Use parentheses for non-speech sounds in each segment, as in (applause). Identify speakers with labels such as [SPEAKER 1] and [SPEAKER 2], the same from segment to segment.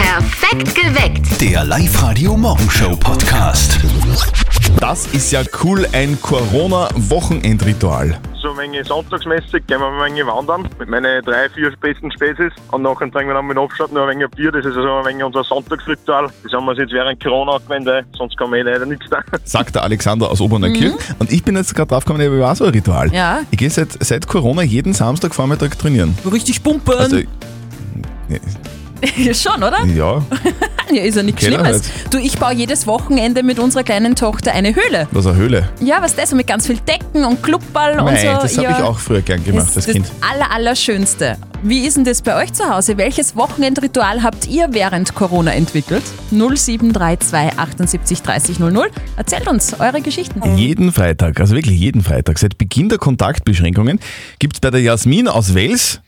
[SPEAKER 1] Perfekt geweckt.
[SPEAKER 2] Der Live-Radio Morgenshow Podcast.
[SPEAKER 3] Das ist ja cool, ein Corona-Wochenendritual.
[SPEAKER 4] So Menge sonntagsmäßig gehen wir eine Menge wandern mit meinen drei, vier besten Spezies und nachher trinken wir dann mit Abstand noch ein wenig Bier. Das ist also ein wenig unser Sonntagsritual. Das haben wir uns jetzt während Corona angewendet, weil sonst kann man eh leider nichts da.
[SPEAKER 3] Sagt der Alexander aus Oberneukirchen. Und ich bin jetzt gerade draufgekommen, ich habe auch so ein Ritual.
[SPEAKER 5] Mhm. Ja.
[SPEAKER 3] Ich gehe seit, seit Corona jeden Samstagvormittag trainieren.
[SPEAKER 5] Richtig pumpen.
[SPEAKER 3] Also,
[SPEAKER 5] (laughs)
[SPEAKER 3] Hm.
[SPEAKER 5] ja, schon, oder?
[SPEAKER 3] ja,
[SPEAKER 5] Ja, ist ja nichts
[SPEAKER 3] Kenn ich
[SPEAKER 5] Schlimmes.
[SPEAKER 3] halt.
[SPEAKER 5] Du, ich baue jedes Wochenende mit unserer kleinen Tochter eine Höhle.
[SPEAKER 3] was eine Höhle.
[SPEAKER 5] Ja, was das? So mit ganz viel Decken und Klubball und so.
[SPEAKER 3] Nein, das habe
[SPEAKER 5] ja.
[SPEAKER 3] ich auch früher gern
[SPEAKER 5] Das
[SPEAKER 3] gemacht,
[SPEAKER 5] ist
[SPEAKER 3] als
[SPEAKER 5] das
[SPEAKER 3] Kind.
[SPEAKER 5] Aller, Allerschönste. Wie ist denn das bei euch zu Hause? Welches Wochenendritual habt ihr während Corona entwickelt? 0732 78 30 00. Erzählt uns eure Geschichten.
[SPEAKER 3] Jeden Freitag, also wirklich jeden Freitag, seit Beginn der Kontaktbeschränkungen, gibt es bei der Jasmin aus Wels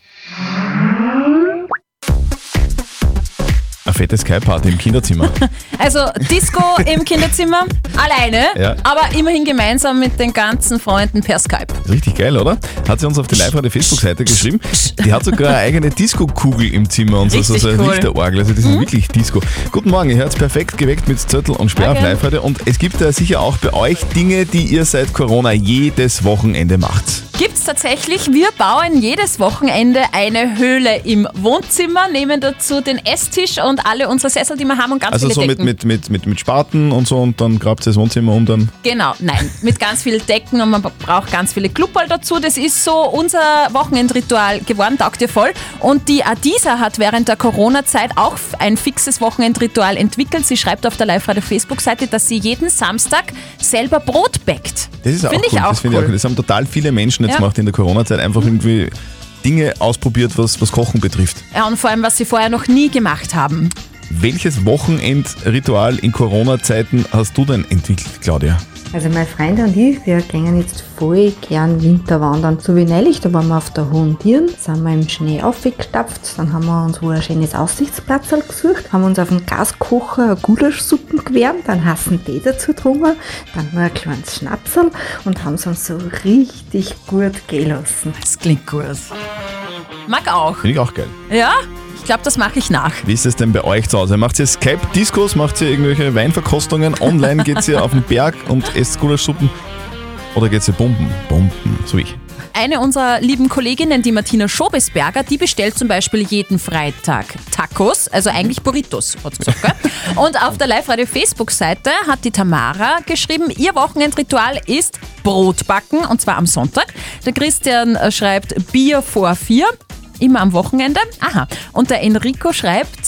[SPEAKER 3] eine fette Sky-Party im Kinderzimmer.
[SPEAKER 5] Also Disco im Kinderzimmer, (laughs) alleine,
[SPEAKER 3] Ja.
[SPEAKER 5] aber immerhin gemeinsam mit den ganzen Freunden per Skype.
[SPEAKER 3] Richtig geil, oder? Hat sie uns auf die live der Facebook-Seite geschrieben. Die hat sogar eine eigene Disco-Kugel im Zimmer und so, so, so
[SPEAKER 5] Richtig
[SPEAKER 3] ein
[SPEAKER 5] cool. Mhm.
[SPEAKER 3] Lichterorgel. Also, das ist wirklich Disco. Guten Morgen, ihr hört perfekt geweckt mit Zettel und Sperr auf
[SPEAKER 5] Morgen.
[SPEAKER 3] live heute. Und es gibt da sicher auch bei euch Dinge, die ihr seit Corona jedes Wochenende macht.
[SPEAKER 5] Gibt's tatsächlich. Wir bauen jedes Wochenende eine Höhle im Wohnzimmer, nehmen dazu den Esstisch und alle unsere Sessel, die wir haben und ganz
[SPEAKER 3] Also,
[SPEAKER 5] viele
[SPEAKER 3] so mit,
[SPEAKER 5] Decken.
[SPEAKER 3] mit, mit, mit, mit Spaten und so und dann grabt ihr das Wohnzimmer um dann.
[SPEAKER 5] Genau, nein, mit ganz vielen Decken und man braucht ganz viele Klubball dazu. Das ist so unser Wochenendritual geworden, taugt dir voll. Und die Adisa hat während der Corona-Zeit auch ein fixes Wochenendritual entwickelt. Sie schreibt auf der Live-Radio-Facebook-Seite, dass sie jeden Samstag selber Brot backt.
[SPEAKER 3] Das ist auch
[SPEAKER 5] Finde
[SPEAKER 3] cool.
[SPEAKER 5] ich auch
[SPEAKER 3] das finde ich auch
[SPEAKER 5] cool.
[SPEAKER 3] cool. Das haben total viele Menschen jetzt
[SPEAKER 5] Ja.
[SPEAKER 3] gemacht in der Corona-Zeit. Einfach irgendwie Dinge ausprobiert, was, was Kochen betrifft.
[SPEAKER 5] Ja, und vor allem, was sie vorher noch nie gemacht haben.
[SPEAKER 3] Welches Wochenendritual in Corona-Zeiten hast du denn entwickelt, Claudia?
[SPEAKER 6] Also meine Freunde und ich, wir gehen jetzt voll gern Winterwandern. So wie neulich, da waren wir auf der Hohen Dirn, sind wir im Schnee aufgestapft, dann haben wir uns wo ein schönes Aussichtsplatz halt gesucht, haben uns auf dem Gaskocher Gulaschsuppen gewärmt, dann hassen Tee dazu getrunken, dann nur ein kleines Schnapsel und haben es uns so richtig gut gelassen.
[SPEAKER 5] Das klingt gut. Mag auch.
[SPEAKER 3] Finde ich auch geil.
[SPEAKER 5] Ja, ich glaube, das mache ich nach.
[SPEAKER 3] Wie ist es denn bei euch zu Hause? Macht ihr Skype-Diskos? Macht ihr irgendwelche Weinverkostungen? Online geht ihr auf den Berg und esst Gulaschsuppen? Oder geht ihr Bomben? Bomben, so
[SPEAKER 7] (laughs)
[SPEAKER 3] ich.
[SPEAKER 5] Eine unserer lieben Kolleginnen, die Martina Schobesberger, die bestellt zum Beispiel jeden Freitag Tacos, also eigentlich Burritos, hat sie gesagt. Gell? Und auf der Live-Radio-Facebook-Seite hat die Tamara geschrieben, ihr Wochenendritual ist Brot backen und zwar am Sonntag. Der Christian äh, schreibt Bier vor vier, immer am Wochenende. Aha. Und der Enrico schreibt,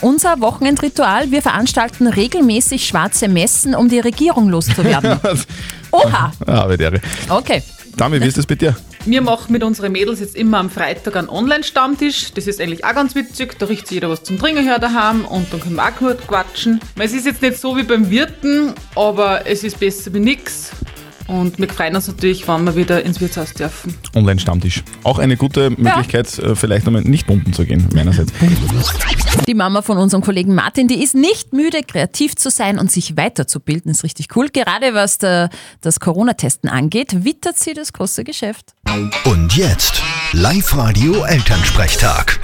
[SPEAKER 5] unser Wochenendritual, wir veranstalten regelmäßig schwarze Messen, um die
[SPEAKER 3] (laughs)
[SPEAKER 5] Regierung loszuwerden. Oha!
[SPEAKER 3] ah, wäre.
[SPEAKER 5] Okay.
[SPEAKER 3] Dami, wie ist das bei dir?
[SPEAKER 8] Wir machen mit unseren Mädels jetzt immer am Freitag einen Online-Stammtisch. Das ist eigentlich auch ganz witzig. Da riecht sich jeder was zum Trinken her daheim und dann können wir auch gut quatschen. Es ist jetzt nicht so wie beim Wirten, aber es ist besser wie nix. Und wir freuen uns natürlich, wenn wir wieder ins Wirtshaus dürfen.
[SPEAKER 3] Online-Stammtisch. Auch eine gute Möglichkeit, äh, vielleicht einmal nicht bomben zu gehen, meinerseits.
[SPEAKER 5] Die Mama von unserem Kollegen Martin, die ist nicht müde, kreativ zu sein und sich weiterzubilden. Ist richtig cool. Gerade was der, das Corona-Testen angeht, wittert sie das große Geschäft.
[SPEAKER 2] Und jetzt Live-Radio Elternsprechtag.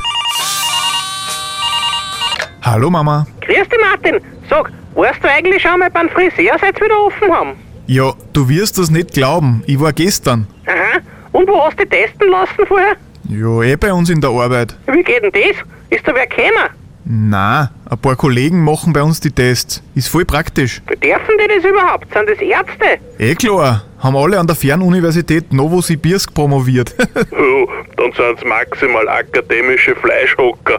[SPEAKER 3] Hallo Mama.
[SPEAKER 9] Grüß dich, Martin. Sag, weißt du eigentlich schon mal beim Friseur, seit wieder offen haben?
[SPEAKER 7] Ja, du wirst das nicht glauben. Ich war gestern.
[SPEAKER 9] Aha. Und wo hast du dich testen lassen vorher?
[SPEAKER 7] Ja, eh bei uns in der Arbeit.
[SPEAKER 9] Wie geht denn das? Ist da wer gekommen?
[SPEAKER 7] Na, ein paar Kollegen machen bei uns die Tests. Ist voll praktisch.
[SPEAKER 9] Dürfen die das überhaupt? Sind das Ärzte?
[SPEAKER 7] Eh klar, haben alle an der Fernuniversität Novosibirsk promoviert.
[SPEAKER 10] Oh, dann sind's maximal akademische Fleischhocker.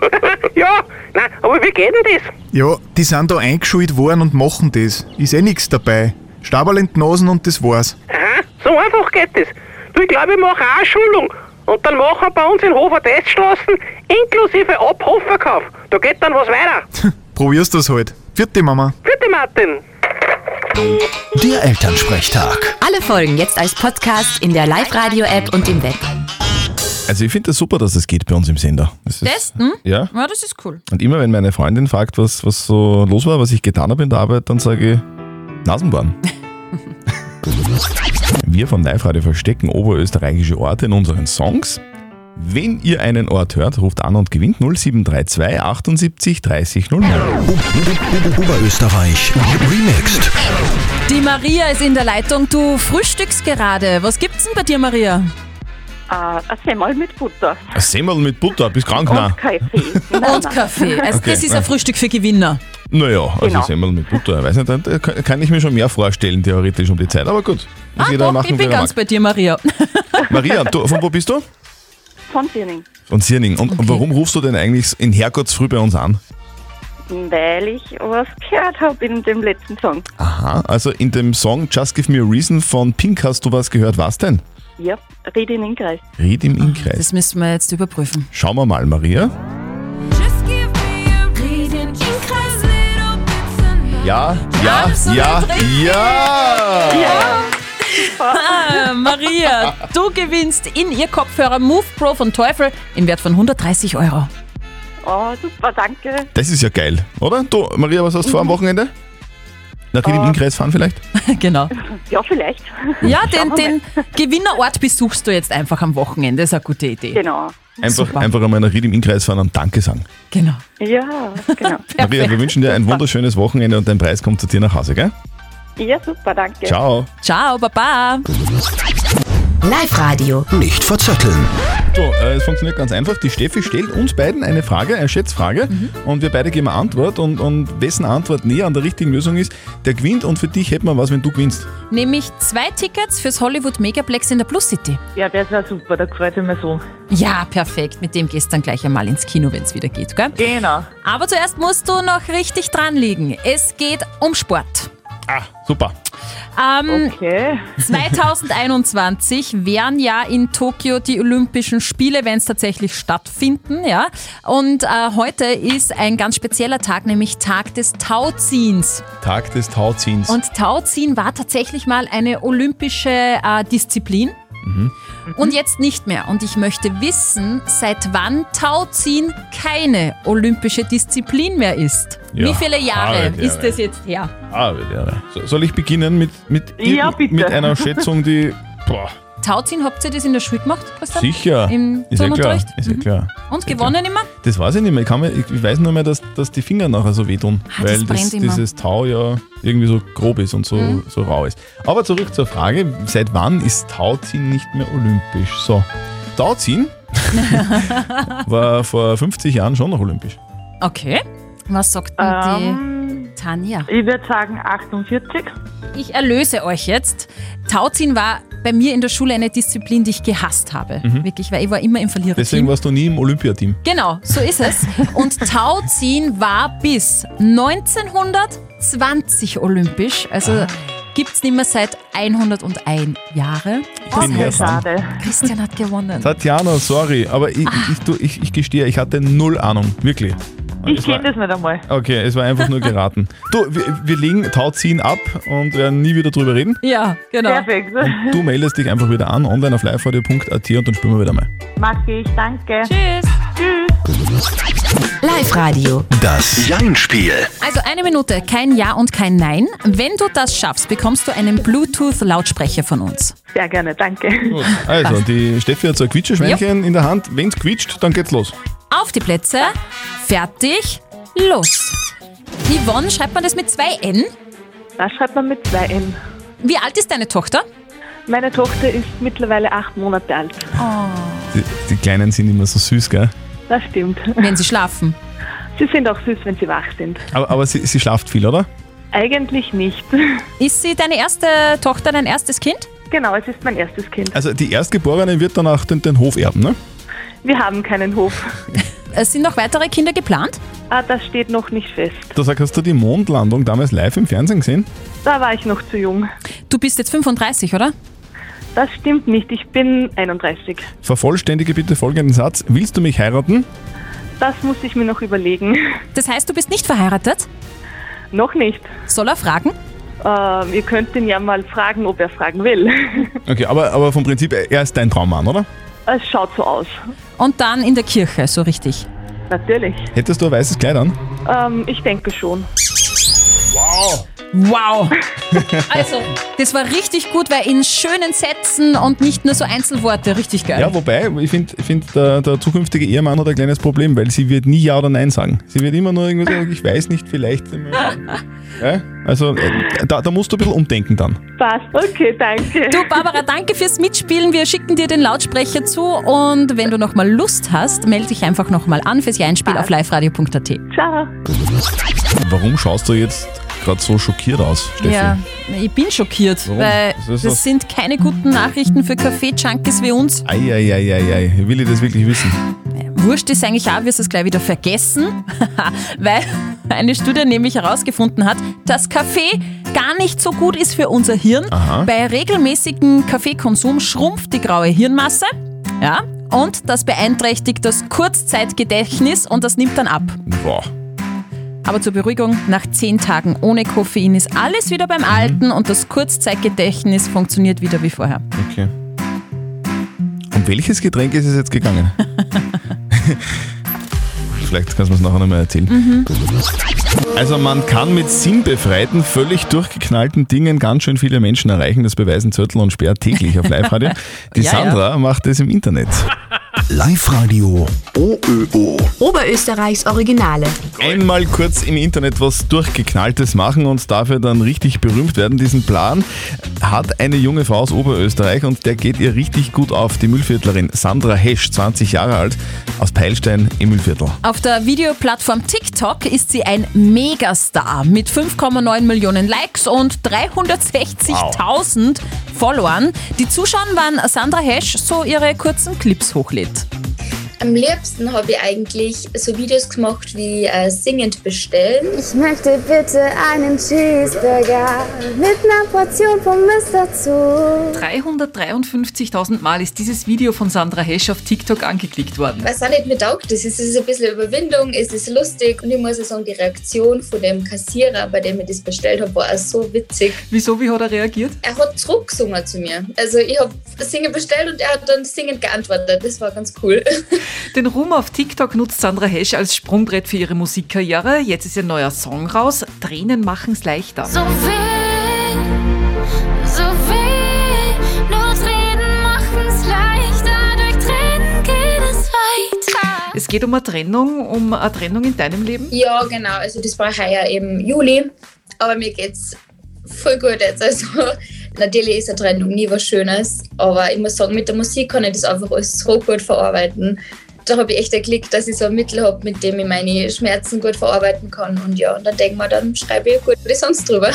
[SPEAKER 9] (laughs) Ja, nein, aber wie geht denn das?
[SPEAKER 7] ja, die sind da eingeschult worden und machen das. Ist eh nix dabei. Stabal in die Nasen und das war's.
[SPEAKER 9] Aha, so einfach geht das. Du, ich glaube, ich mache auch eine Schulung. Und dann machen wir bei uns in Hofer Teststraßen inklusive Abhofverkauf. Da geht dann was weiter.
[SPEAKER 7] Probierst das halt. Vierte Mama.
[SPEAKER 9] Bitte, Martin.
[SPEAKER 2] Der Elternsprechtag.
[SPEAKER 11] Alle Folgen jetzt als Podcast in der Live-Radio-App und im Web.
[SPEAKER 3] Also ich finde das super, dass das geht bei uns im Sender. Das ist-
[SPEAKER 5] Testen?
[SPEAKER 3] Ja.
[SPEAKER 5] Ja, das ist cool.
[SPEAKER 3] Und immer wenn meine Freundin fragt, was, was so los war, was ich getan habe in der Arbeit, dann sage ich Nasenbahn. Wir von Live Radio verstecken oberösterreichische Orte in unseren Songs. Wenn ihr einen Ort hört, ruft an und gewinnt 0732 78 30 00.
[SPEAKER 7] Oberösterreich remixed.
[SPEAKER 5] Die Maria ist in der Leitung. Du frühstückst gerade. Was gibt's denn bei dir, Maria?
[SPEAKER 12] Äh, ein Semmel mit Butter
[SPEAKER 3] Ein Semmel mit Butter, bist krank? Nein.
[SPEAKER 12] und Kaffee. Nein,
[SPEAKER 5] Und
[SPEAKER 12] nein.
[SPEAKER 5] Kaffee. Also
[SPEAKER 3] Okay,
[SPEAKER 5] das ist
[SPEAKER 3] ja.
[SPEAKER 5] ein Frühstück für Gewinner.
[SPEAKER 3] Naja, also
[SPEAKER 12] Genau.
[SPEAKER 3] Semmel mit Butter, weiß nicht, da kann kann ich mir schon mehr vorstellen, theoretisch um die Zeit, aber gut. Muss
[SPEAKER 5] Ah, doch, ich
[SPEAKER 3] wie
[SPEAKER 5] bin
[SPEAKER 3] er
[SPEAKER 5] ganz bei dir, Maria.
[SPEAKER 3] mag. Maria, du, von wo bist du?
[SPEAKER 12] Von Siering.
[SPEAKER 3] Von Sierning. Und
[SPEAKER 5] Okay.
[SPEAKER 3] warum rufst du denn eigentlich in Herrgottsfrüh bei uns an?
[SPEAKER 12] Weil ich was gehört habe in dem letzten Song.
[SPEAKER 3] Aha, also in dem Song Just Give Me a Reason von Pink hast du was gehört, was denn?
[SPEAKER 12] Ja, rede in den Kreis.
[SPEAKER 3] Red im Inkreis.
[SPEAKER 5] Ah, Das müssen wir jetzt überprüfen.
[SPEAKER 3] Schauen wir mal, Maria. Ja, ja,
[SPEAKER 5] Absolut
[SPEAKER 3] ja,
[SPEAKER 5] richtig.
[SPEAKER 3] ja!
[SPEAKER 5] Ah, Maria, du gewinnst in ihr Kopfhörer Move Pro von Teufel im Wert von 130 Euro. (laughs)
[SPEAKER 12] Oh, super, danke.
[SPEAKER 3] Das ist ja geil, oder? Du, Maria, was hast du vor am Wochenende? Nach Red im Inkreis fahren vielleicht?
[SPEAKER 5] genau.
[SPEAKER 12] Ja, vielleicht. (laughs)
[SPEAKER 5] Ja,
[SPEAKER 12] Schauen
[SPEAKER 5] den,
[SPEAKER 12] wir
[SPEAKER 5] den Gewinnerort besuchst du jetzt einfach am Wochenende. Ist eine gute Idee.
[SPEAKER 12] Genau.
[SPEAKER 3] Einfach,
[SPEAKER 5] Super.
[SPEAKER 3] einfach einmal nach Ried im Inkreis fahren und Danke sagen.
[SPEAKER 5] Genau.
[SPEAKER 13] (laughs)
[SPEAKER 12] Ja, genau.
[SPEAKER 3] Maria, wir wünschen dir ein wunderschönes Wochenende und dein Preis kommt zu dir nach Hause, gell?
[SPEAKER 12] Ja, super, danke.
[SPEAKER 3] Ciao.
[SPEAKER 5] Ciao, Baba.
[SPEAKER 11] Live-Radio.
[SPEAKER 7] Nicht verzetteln.
[SPEAKER 3] So, äh, es funktioniert ganz einfach. Die Steffi stellt uns beiden eine Frage, eine Schätzfrage, und wir beide geben eine Antwort. Und, und wessen Antwort näher an der richtigen Lösung ist, der gewinnt. Und für dich hätten wir was, wenn du gewinnst.
[SPEAKER 5] Nämlich zwei Tickets fürs Hollywood Megaplex in der Plus City.
[SPEAKER 13] Ja, das war super, da gefällt mir so.
[SPEAKER 5] Ja, perfekt. Mit dem gehst du dann gleich einmal ins Kino, wenn es wieder geht, gell?
[SPEAKER 13] Genau.
[SPEAKER 5] Aber zuerst musst du noch richtig dran liegen. Es geht um Sport.
[SPEAKER 3] Ah, super.
[SPEAKER 5] Ähm,
[SPEAKER 13] Okay.
[SPEAKER 5] 2021 wären ja in Tokio die Olympischen Spiele, wenn es tatsächlich stattfinden, ja. Und äh, heute ist ein ganz spezieller Tag, nämlich Tag des Tauziehens.
[SPEAKER 3] Tag des Tauziehens.
[SPEAKER 5] Und Tauziehen war tatsächlich mal eine olympische äh, Disziplin.
[SPEAKER 3] Mhm.
[SPEAKER 5] Und jetzt nicht mehr. Und ich möchte wissen, seit wann Tauziehen keine olympische Disziplin mehr ist.
[SPEAKER 3] Ja,
[SPEAKER 5] Wie viele Jahre
[SPEAKER 3] Jahre.
[SPEAKER 5] ist das jetzt her?
[SPEAKER 3] ah, ja. so, soll ich beginnen mit, mit,
[SPEAKER 13] Ja, bitte.
[SPEAKER 3] mit einer Schätzung, die. Boah,
[SPEAKER 5] Tauziehen, habt ihr das in der Schule gemacht, Christian?
[SPEAKER 3] sicher.
[SPEAKER 5] Im
[SPEAKER 3] ist ja klar.
[SPEAKER 5] Turnunterricht?
[SPEAKER 3] Ist ja
[SPEAKER 5] Mhm.
[SPEAKER 3] klar.
[SPEAKER 5] Und gewonnen immer?
[SPEAKER 3] Das weiß ich nicht mehr. Ich, kann mir, ich, ich weiß nur mehr, dass, dass die Finger nachher so wehtun,
[SPEAKER 5] Ah, das
[SPEAKER 3] weil
[SPEAKER 5] brennt immer. Mhm.
[SPEAKER 3] dieses Tau ja irgendwie so grob ist und so, so rau ist. Aber zurück zur Frage, seit wann ist Tauziehen nicht mehr olympisch? So,
[SPEAKER 5] (laughs)
[SPEAKER 3] Tauziehen war vor 50 Jahren schon noch olympisch.
[SPEAKER 5] Okay. Was sagt denn
[SPEAKER 13] Ähm,
[SPEAKER 5] die Tanja?
[SPEAKER 13] ich würde sagen 48.
[SPEAKER 5] Ich erlöse euch jetzt. Tauziehen war bei mir in der Schule eine Disziplin, die ich gehasst habe. Wirklich, weil ich Mhm. war immer im Verlierer.
[SPEAKER 3] Deswegen warst du nie im Olympiateam.
[SPEAKER 5] Genau, so ist es. Und (laughs) Tauziehen war bis 1920 olympisch. Also gibt es nicht mehr seit 101 Jahren.
[SPEAKER 3] Ich bin
[SPEAKER 13] Okay,
[SPEAKER 3] mehr Fan.
[SPEAKER 13] schade.
[SPEAKER 5] Christian hat gewonnen.
[SPEAKER 3] Tatjana, sorry, aber
[SPEAKER 13] Ah.
[SPEAKER 3] ich, ich, du, ich, ich gestehe, ich hatte null Ahnung, wirklich.
[SPEAKER 13] Ich
[SPEAKER 3] Es war-
[SPEAKER 13] kenne das nicht einmal.
[SPEAKER 3] Okay, es war einfach nur geraten. Du, wir, wir legen Tauziehen ab und werden nie wieder drüber reden.
[SPEAKER 5] Ja, genau.
[SPEAKER 13] Perfekt.
[SPEAKER 3] Du meldest dich einfach wieder an, online auf liveradio.at und dann spielen wir wieder mal.
[SPEAKER 13] Mag ich, danke.
[SPEAKER 5] Tschüss.
[SPEAKER 11] Live-Radio.
[SPEAKER 7] Das Jein-Spiel.
[SPEAKER 5] Also eine Minute, kein Ja und kein Nein. Wenn du das schaffst, bekommst du einen Bluetooth-Lautsprecher von uns.
[SPEAKER 13] Sehr gerne, danke.
[SPEAKER 3] Gut. Also, die Steffi hat so ein Quietscheschweinchen in der Hand. Wenn's quietscht, dann geht's los.
[SPEAKER 5] Auf die Plätze, fertig, los. Yvonne, schreibt man das mit zwei N?
[SPEAKER 13] Da schreibt man mit 2N.
[SPEAKER 5] Wie alt ist deine Tochter?
[SPEAKER 13] Meine Tochter ist mittlerweile acht Monate alt.
[SPEAKER 3] Die, die Kleinen sind immer so süß, gell?
[SPEAKER 13] Das stimmt. (laughs)
[SPEAKER 5] Wenn sie schlafen.
[SPEAKER 13] Sie sind auch süß, wenn sie wach sind.
[SPEAKER 3] Aber, aber sie, sie schlaft viel, oder?
[SPEAKER 13] Eigentlich nicht. (laughs)
[SPEAKER 5] Ist sie deine erste Tochter, dein erstes Kind?
[SPEAKER 13] Genau, es ist mein erstes Kind.
[SPEAKER 3] Also, die Erstgeborene wird dann auch den, den Hof erben, ne?
[SPEAKER 13] Wir haben keinen Hof.
[SPEAKER 5] Es Äh, sind noch weitere Kinder geplant?
[SPEAKER 13] Ah, das steht noch nicht fest.
[SPEAKER 3] Du sagst, hast du die Mondlandung damals live im Fernsehen gesehen?
[SPEAKER 13] Da war ich noch zu jung.
[SPEAKER 5] Du bist jetzt 35, oder?
[SPEAKER 13] Das stimmt nicht. Ich bin 31.
[SPEAKER 3] Vervollständige bitte folgenden Satz. Willst du mich heiraten?
[SPEAKER 13] Das muss ich mir noch überlegen. (laughs)
[SPEAKER 5] Das heißt, du bist nicht verheiratet?
[SPEAKER 13] Noch nicht.
[SPEAKER 5] Soll er fragen?
[SPEAKER 13] Ähm, ihr könnt ihn ja mal fragen, ob er fragen will. (laughs)
[SPEAKER 3] Okay, aber, aber vom Prinzip, äh, er ist dein Traummann, oder?
[SPEAKER 13] Es schaut so aus.
[SPEAKER 5] Und dann in der Kirche, so richtig.
[SPEAKER 13] Natürlich.
[SPEAKER 3] Hättest du ein weißes Kleid an?
[SPEAKER 13] Ähm, ich denke schon.
[SPEAKER 5] Wow! (laughs) Also, das war richtig gut, weil in schönen Sätzen und nicht nur so Einzelworte. Richtig geil.
[SPEAKER 3] Ja, wobei, ich finde, find, der, der zukünftige Ehemann hat ein kleines Problem, weil sie wird nie Ja oder Nein sagen. Sie wird immer nur irgendwie sagen, ich weiß nicht, vielleicht. Ja? Also, äh, da, da musst du ein bisschen umdenken dann.
[SPEAKER 13] Passt, okay, danke.
[SPEAKER 5] Du, Barbara, danke fürs Mitspielen. Wir schicken dir den Lautsprecher zu und wenn du nochmal Lust hast, melde dich einfach nochmal an fürs Einspiel auf liveradio.at.
[SPEAKER 13] Ciao.
[SPEAKER 3] Warum schaust du jetzt gerade so schockiert aus, Steffi?
[SPEAKER 5] Ja, ich bin schockiert,
[SPEAKER 3] Warum?
[SPEAKER 5] weil
[SPEAKER 3] Das
[SPEAKER 5] das,
[SPEAKER 3] ist was-
[SPEAKER 5] sind keine guten Nachrichten für Kaffee-Junkies wie uns.
[SPEAKER 3] Eieieiei, will ich das wirklich wissen?
[SPEAKER 5] Wurscht ist eigentlich auch, wirst du es gleich wieder vergessen, (laughs) weil eine Studie nämlich herausgefunden hat, dass Kaffee gar nicht so gut ist für unser Hirn.
[SPEAKER 14] Aha.
[SPEAKER 5] Bei regelmäßigem Kaffeekonsum schrumpft die graue Hirnmasse. Ja. Und das beeinträchtigt das Kurzzeitgedächtnis und das nimmt dann ab.
[SPEAKER 3] Boah.
[SPEAKER 5] Aber zur Beruhigung, nach 10 Tagen ohne Koffein ist alles wieder beim Alten und das Kurzzeitgedächtnis funktioniert wieder wie vorher.
[SPEAKER 3] Okay. Um welches Getränk ist es
[SPEAKER 11] (laughs)
[SPEAKER 3] jetzt gegangen? Vielleicht kannst du es nachher nochmal erzählen.
[SPEAKER 11] Mhm.
[SPEAKER 3] Also man kann mit sinnbefreiten, völlig durchgeknallten Dingen ganz schön viele Menschen erreichen. Das beweisen Zürtel und Speer täglich auf Live-Radio. Die
[SPEAKER 11] (laughs) Ja, ja.
[SPEAKER 3] Sandra macht das im Internet.
[SPEAKER 7] Live-Radio
[SPEAKER 15] Oh,
[SPEAKER 7] OÖO.
[SPEAKER 11] Oberösterreichs Originale.
[SPEAKER 3] Einmal kurz im Internet was Durchgeknalltes machen und dafür dann richtig berühmt werden. Diesen Plan hat eine junge Frau aus Oberösterreich und der geht ihr richtig gut auf. Die Müllviertlerin Sandra Hesch, 20 Jahre alt, aus Peilstein im Müllviertel.
[SPEAKER 5] Auf der Videoplattform TikTok ist sie ein Megastar mit 5,9 Millionen Likes und 360.000 Followern. Die zuschauen, wann Sandra Hesch so ihre kurzen Clips hochlädt.
[SPEAKER 9] Am liebsten habe ich eigentlich so Videos gemacht wie äh, singend bestellen.
[SPEAKER 1] Ich möchte bitte einen Cheeseburger mit einer Portion Pommes dazu.
[SPEAKER 14] 353.000 Mal ist dieses Video von Sandra Hesch auf TikTok angeklickt worden.
[SPEAKER 9] Was auch nicht mir taugt, das ist, es ist ein bisschen Überwindung, es ist lustig und ich muss auch sagen, die Reaktion von dem Kassierer, bei dem ich das bestellt habe, war auch so witzig.
[SPEAKER 14] Wieso, wie hat er reagiert?
[SPEAKER 9] Er hat zurückgesungen zu mir. Also ich habe singen bestellt und er hat dann singend geantwortet. Das war ganz cool. (laughs)
[SPEAKER 14] Den Ruhm auf TikTok nutzt Sandra Hesch als Sprungbrett für ihre Musikkarriere. Jetzt ist ihr neuer Song raus. Tränen machen's leichter.
[SPEAKER 1] So viel, so viel, nur Tränen machen's leichter, durch Tränen geht es weiter.
[SPEAKER 14] Es geht um eine Trennung, um eine Trennung in deinem Leben.
[SPEAKER 9] Ja, genau. Also das war heuer im Juli. Aber mir geht's voll gut jetzt. Also (laughs) natürlich ist eine Trennung nie was Schönes. Aber ich muss sagen, mit der Musik kann ich das einfach alles so gut verarbeiten. Da habe ich echt ein Glück, dass ich so ein Mittel habe, mit dem ich meine Schmerzen gut verarbeiten kann. Und ja, und dann denke ich mir, dann schreibe ich gute Songs drüber.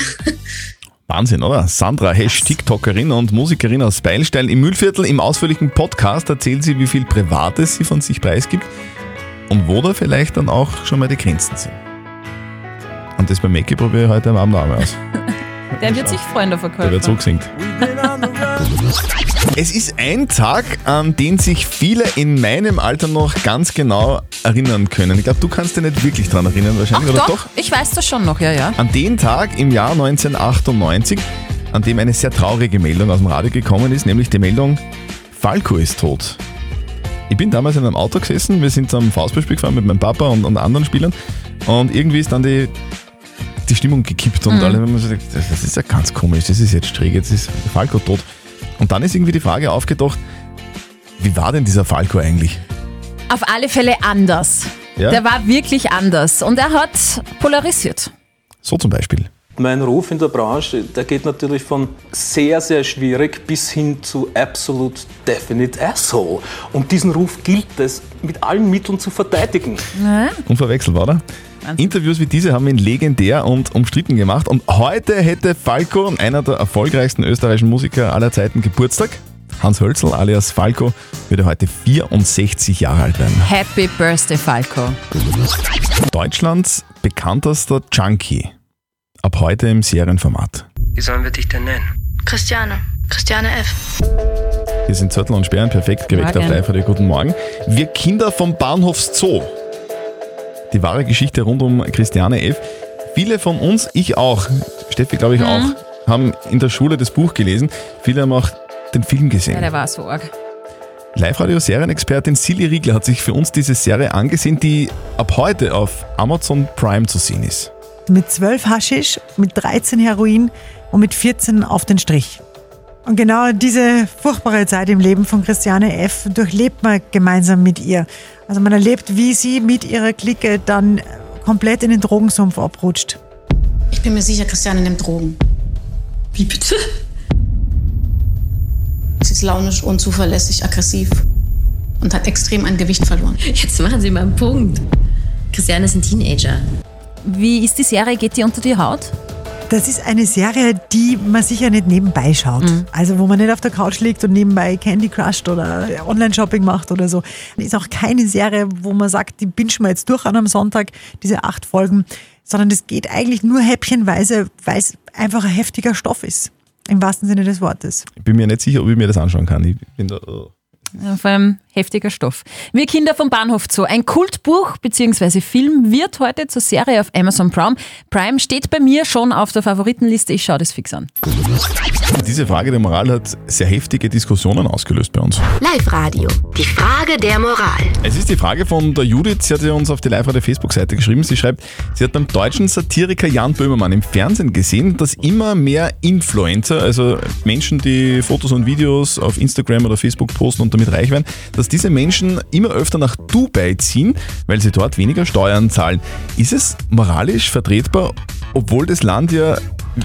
[SPEAKER 9] (laughs)
[SPEAKER 3] Wahnsinn, oder? Sandra Hesch, TikTokerin und Musikerin aus Beilstein im Mühlviertel. Im ausführlichen Podcast erzählt sie, wie viel Privates sie von sich preisgibt und wo da vielleicht dann auch schon mal die Grenzen sind. Und das bei Mackie probiere ich heute am Abend auch mal aus.
[SPEAKER 5] Der wird sich freuen, der Verkäufer.
[SPEAKER 3] Der wird so gesingt. (laughs) Es ist ein Tag, an den sich viele in meinem Alter noch ganz genau erinnern können. Ich glaube, du kannst dich nicht wirklich dran erinnern, wahrscheinlich, oder
[SPEAKER 5] Doch,
[SPEAKER 3] doch?
[SPEAKER 5] ich weiß das schon noch, ja, ja.
[SPEAKER 3] An den Tag im Jahr 1998, an dem eine sehr traurige Meldung aus dem Radio gekommen ist, nämlich die Meldung, Falco ist tot. Ich bin damals in einem Auto gesessen, wir sind zum Faustballspiel gefahren mit meinem Papa und, und anderen Spielern und irgendwie ist dann die, die Stimmung gekippt und
[SPEAKER 16] Mhm.
[SPEAKER 3] alle haben so gesagt, das das ist ja ganz komisch, das ist jetzt schräg, jetzt ist Falco tot. Und dann ist irgendwie die Frage aufgedacht, wie war denn dieser Falco eigentlich?
[SPEAKER 5] Auf alle Fälle anders.
[SPEAKER 3] Ja.
[SPEAKER 5] Der war wirklich anders und er hat polarisiert.
[SPEAKER 3] So zum Beispiel.
[SPEAKER 15] Mein Ruf in der Branche, der geht natürlich von sehr, sehr schwierig bis hin zu absolute definite asshole. Und diesen Ruf gilt es mit allen Mitteln zu verteidigen.
[SPEAKER 3] Unverwechselbar, oder? Interviews wie diese haben ihn legendär und umstritten gemacht. Und heute hätte Falco, einer der erfolgreichsten österreichischen Musiker aller Zeiten, Geburtstag. Hans Hölzl alias Falco würde heute 64 Jahre alt werden.
[SPEAKER 5] Happy Birthday, Falco.
[SPEAKER 3] Deutschlands bekanntester Junkie. Ab heute im Serienformat.
[SPEAKER 17] Wie sollen wir dich denn nennen?
[SPEAKER 18] Christiane. Christiane F.
[SPEAKER 3] Hier sind Zörtel und Sperren perfekt geweckt auf
[SPEAKER 18] Morgen.
[SPEAKER 3] live Radio. Guten Morgen. Wir Kinder vom Bahnhof Zoo. Die wahre Geschichte rund um Christiane F. Viele von uns, ich auch, Steffi glaube ich
[SPEAKER 5] Mhm.
[SPEAKER 3] auch, haben in der Schule das Buch gelesen. Viele haben auch den Film
[SPEAKER 5] Ja,
[SPEAKER 3] gesehen.
[SPEAKER 5] der war so arg.
[SPEAKER 3] Live-Radio-Serienexpertin Silly Riegler hat sich für uns diese Serie angesehen, die ab heute auf Amazon Prime zu sehen ist.
[SPEAKER 16] Mit 12 Haschisch, mit 13 Heroin und mit 14 auf den Strich. Und genau diese furchtbare Zeit im Leben von Christiane F. durchlebt man gemeinsam mit ihr. Also man erlebt, wie sie mit ihrer Clique dann komplett in den Drogensumpf abrutscht.
[SPEAKER 17] Ich bin mir sicher, Christiane nimmt Drogen. Wie bitte? Sie ist launisch, unzuverlässig, aggressiv und hat extrem an Gewicht verloren.
[SPEAKER 19] Jetzt machen Sie mal einen Punkt. Christiane ist ein Teenager.
[SPEAKER 5] Wie ist die Serie? Geht die unter die Haut?
[SPEAKER 16] Das ist eine Serie, die man sicher nicht nebenbei schaut. Also wo man nicht auf der Couch liegt und nebenbei Candy crusht oder Online-Shopping macht oder so. Ist auch keine Serie, wo man sagt, die bingen wir jetzt durch an am Sonntag, diese acht Folgen. Sondern das geht eigentlich nur häppchenweise, weil es einfach ein heftiger Stoff ist. Im wahrsten Sinne des Wortes.
[SPEAKER 3] Ich bin mir nicht sicher, ob ich mir das anschauen kann. Ich bin da, oh.
[SPEAKER 5] Auf einem heftiger Stoff. Wir Kinder vom Bahnhof Zoo. Ein Kultbuch bzw. Film wird heute zur Serie auf Amazon Prime. Prime steht bei mir schon auf der Favoritenliste. Ich schaue das fix an.
[SPEAKER 3] Diese Frage der Moral hat sehr heftige Diskussionen ausgelöst bei uns.
[SPEAKER 11] Live Radio. Die Frage der Moral.
[SPEAKER 3] Es ist die Frage von der Judith, sie hat ja uns auf die live der Facebook-Seite geschrieben. Sie schreibt, sie hat beim deutschen Satiriker Jan Böhmermann im Fernsehen gesehen, dass immer mehr Influencer, also Menschen, die Fotos und Videos auf Instagram oder Facebook posten und damit reich werden, dass diese Menschen immer öfter nach Dubai ziehen, weil sie dort weniger Steuern zahlen. Ist es moralisch vertretbar, obwohl das Land ja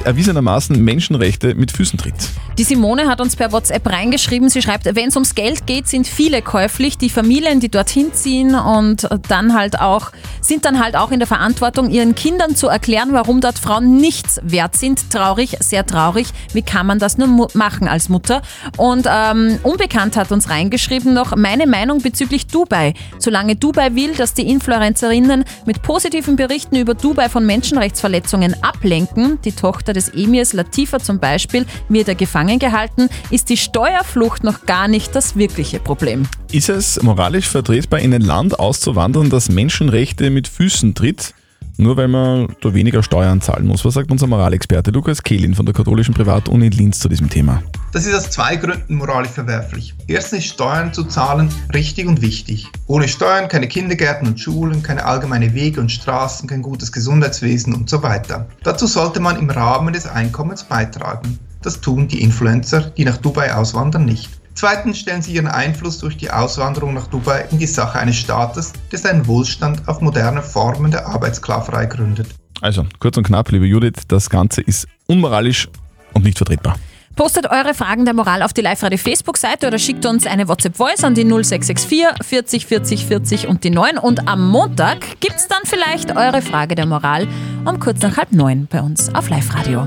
[SPEAKER 3] erwiesenermaßen Menschenrechte mit Füßen tritt?
[SPEAKER 5] Die Simone hat uns per WhatsApp reingeschrieben. Sie schreibt, wenn es ums Geld geht, sind viele käuflich. Die Familien, die dorthin ziehen und dann halt auch, sind dann halt auch in der Verantwortung, ihren Kindern zu erklären, warum dort Frauen nichts wert sind. Traurig, sehr traurig. Wie kann man das nur mu- machen als Mutter? Und ähm, Unbekannt hat uns reingeschrieben noch meine Meinung bezüglich Dubai. Solange Dubai will, dass die Influencerinnen mit positiven Berichten über Dubai von Menschenrechtsverletzungen ablenken, die Tochter des Emirs Latifa zum Beispiel wird er gefangen gehalten, ist die Steuerflucht noch gar nicht das wirkliche Problem.
[SPEAKER 3] Ist es moralisch vertretbar, in ein Land auszuwandern, das Menschenrechte mit Füßen tritt, nur weil man da weniger Steuern zahlen muss? Was sagt unser Moralexperte Lukas Kehlin von der katholischen Privatuni Linz zu diesem Thema?
[SPEAKER 8] Das ist aus zwei Gründen moralisch verwerflich. Erstens ist Steuern zu zahlen richtig und wichtig. Ohne Steuern keine Kindergärten und Schulen, keine allgemeine Wege und Straßen, kein gutes Gesundheitswesen und so weiter. Dazu sollte man im Rahmen des Einkommens beitragen. Das tun die Influencer, die nach Dubai auswandern, nicht. Zweitens stellen sie ihren Einfluss durch die Auswanderung nach Dubai in die Sache eines Staates, der seinen Wohlstand auf moderne Formen der Arbeitssklaverei gründet.
[SPEAKER 3] Also, kurz und knapp, liebe Judith, das Ganze ist unmoralisch und nicht vertretbar.
[SPEAKER 5] Postet eure Fragen der Moral auf die Live-Radio Facebook-Seite oder schickt uns eine WhatsApp-Voice an die 0664 40 40 40 und die 9. Und am Montag gibt's dann vielleicht eure Frage der Moral um kurz nach halb neun bei uns auf Live-Radio.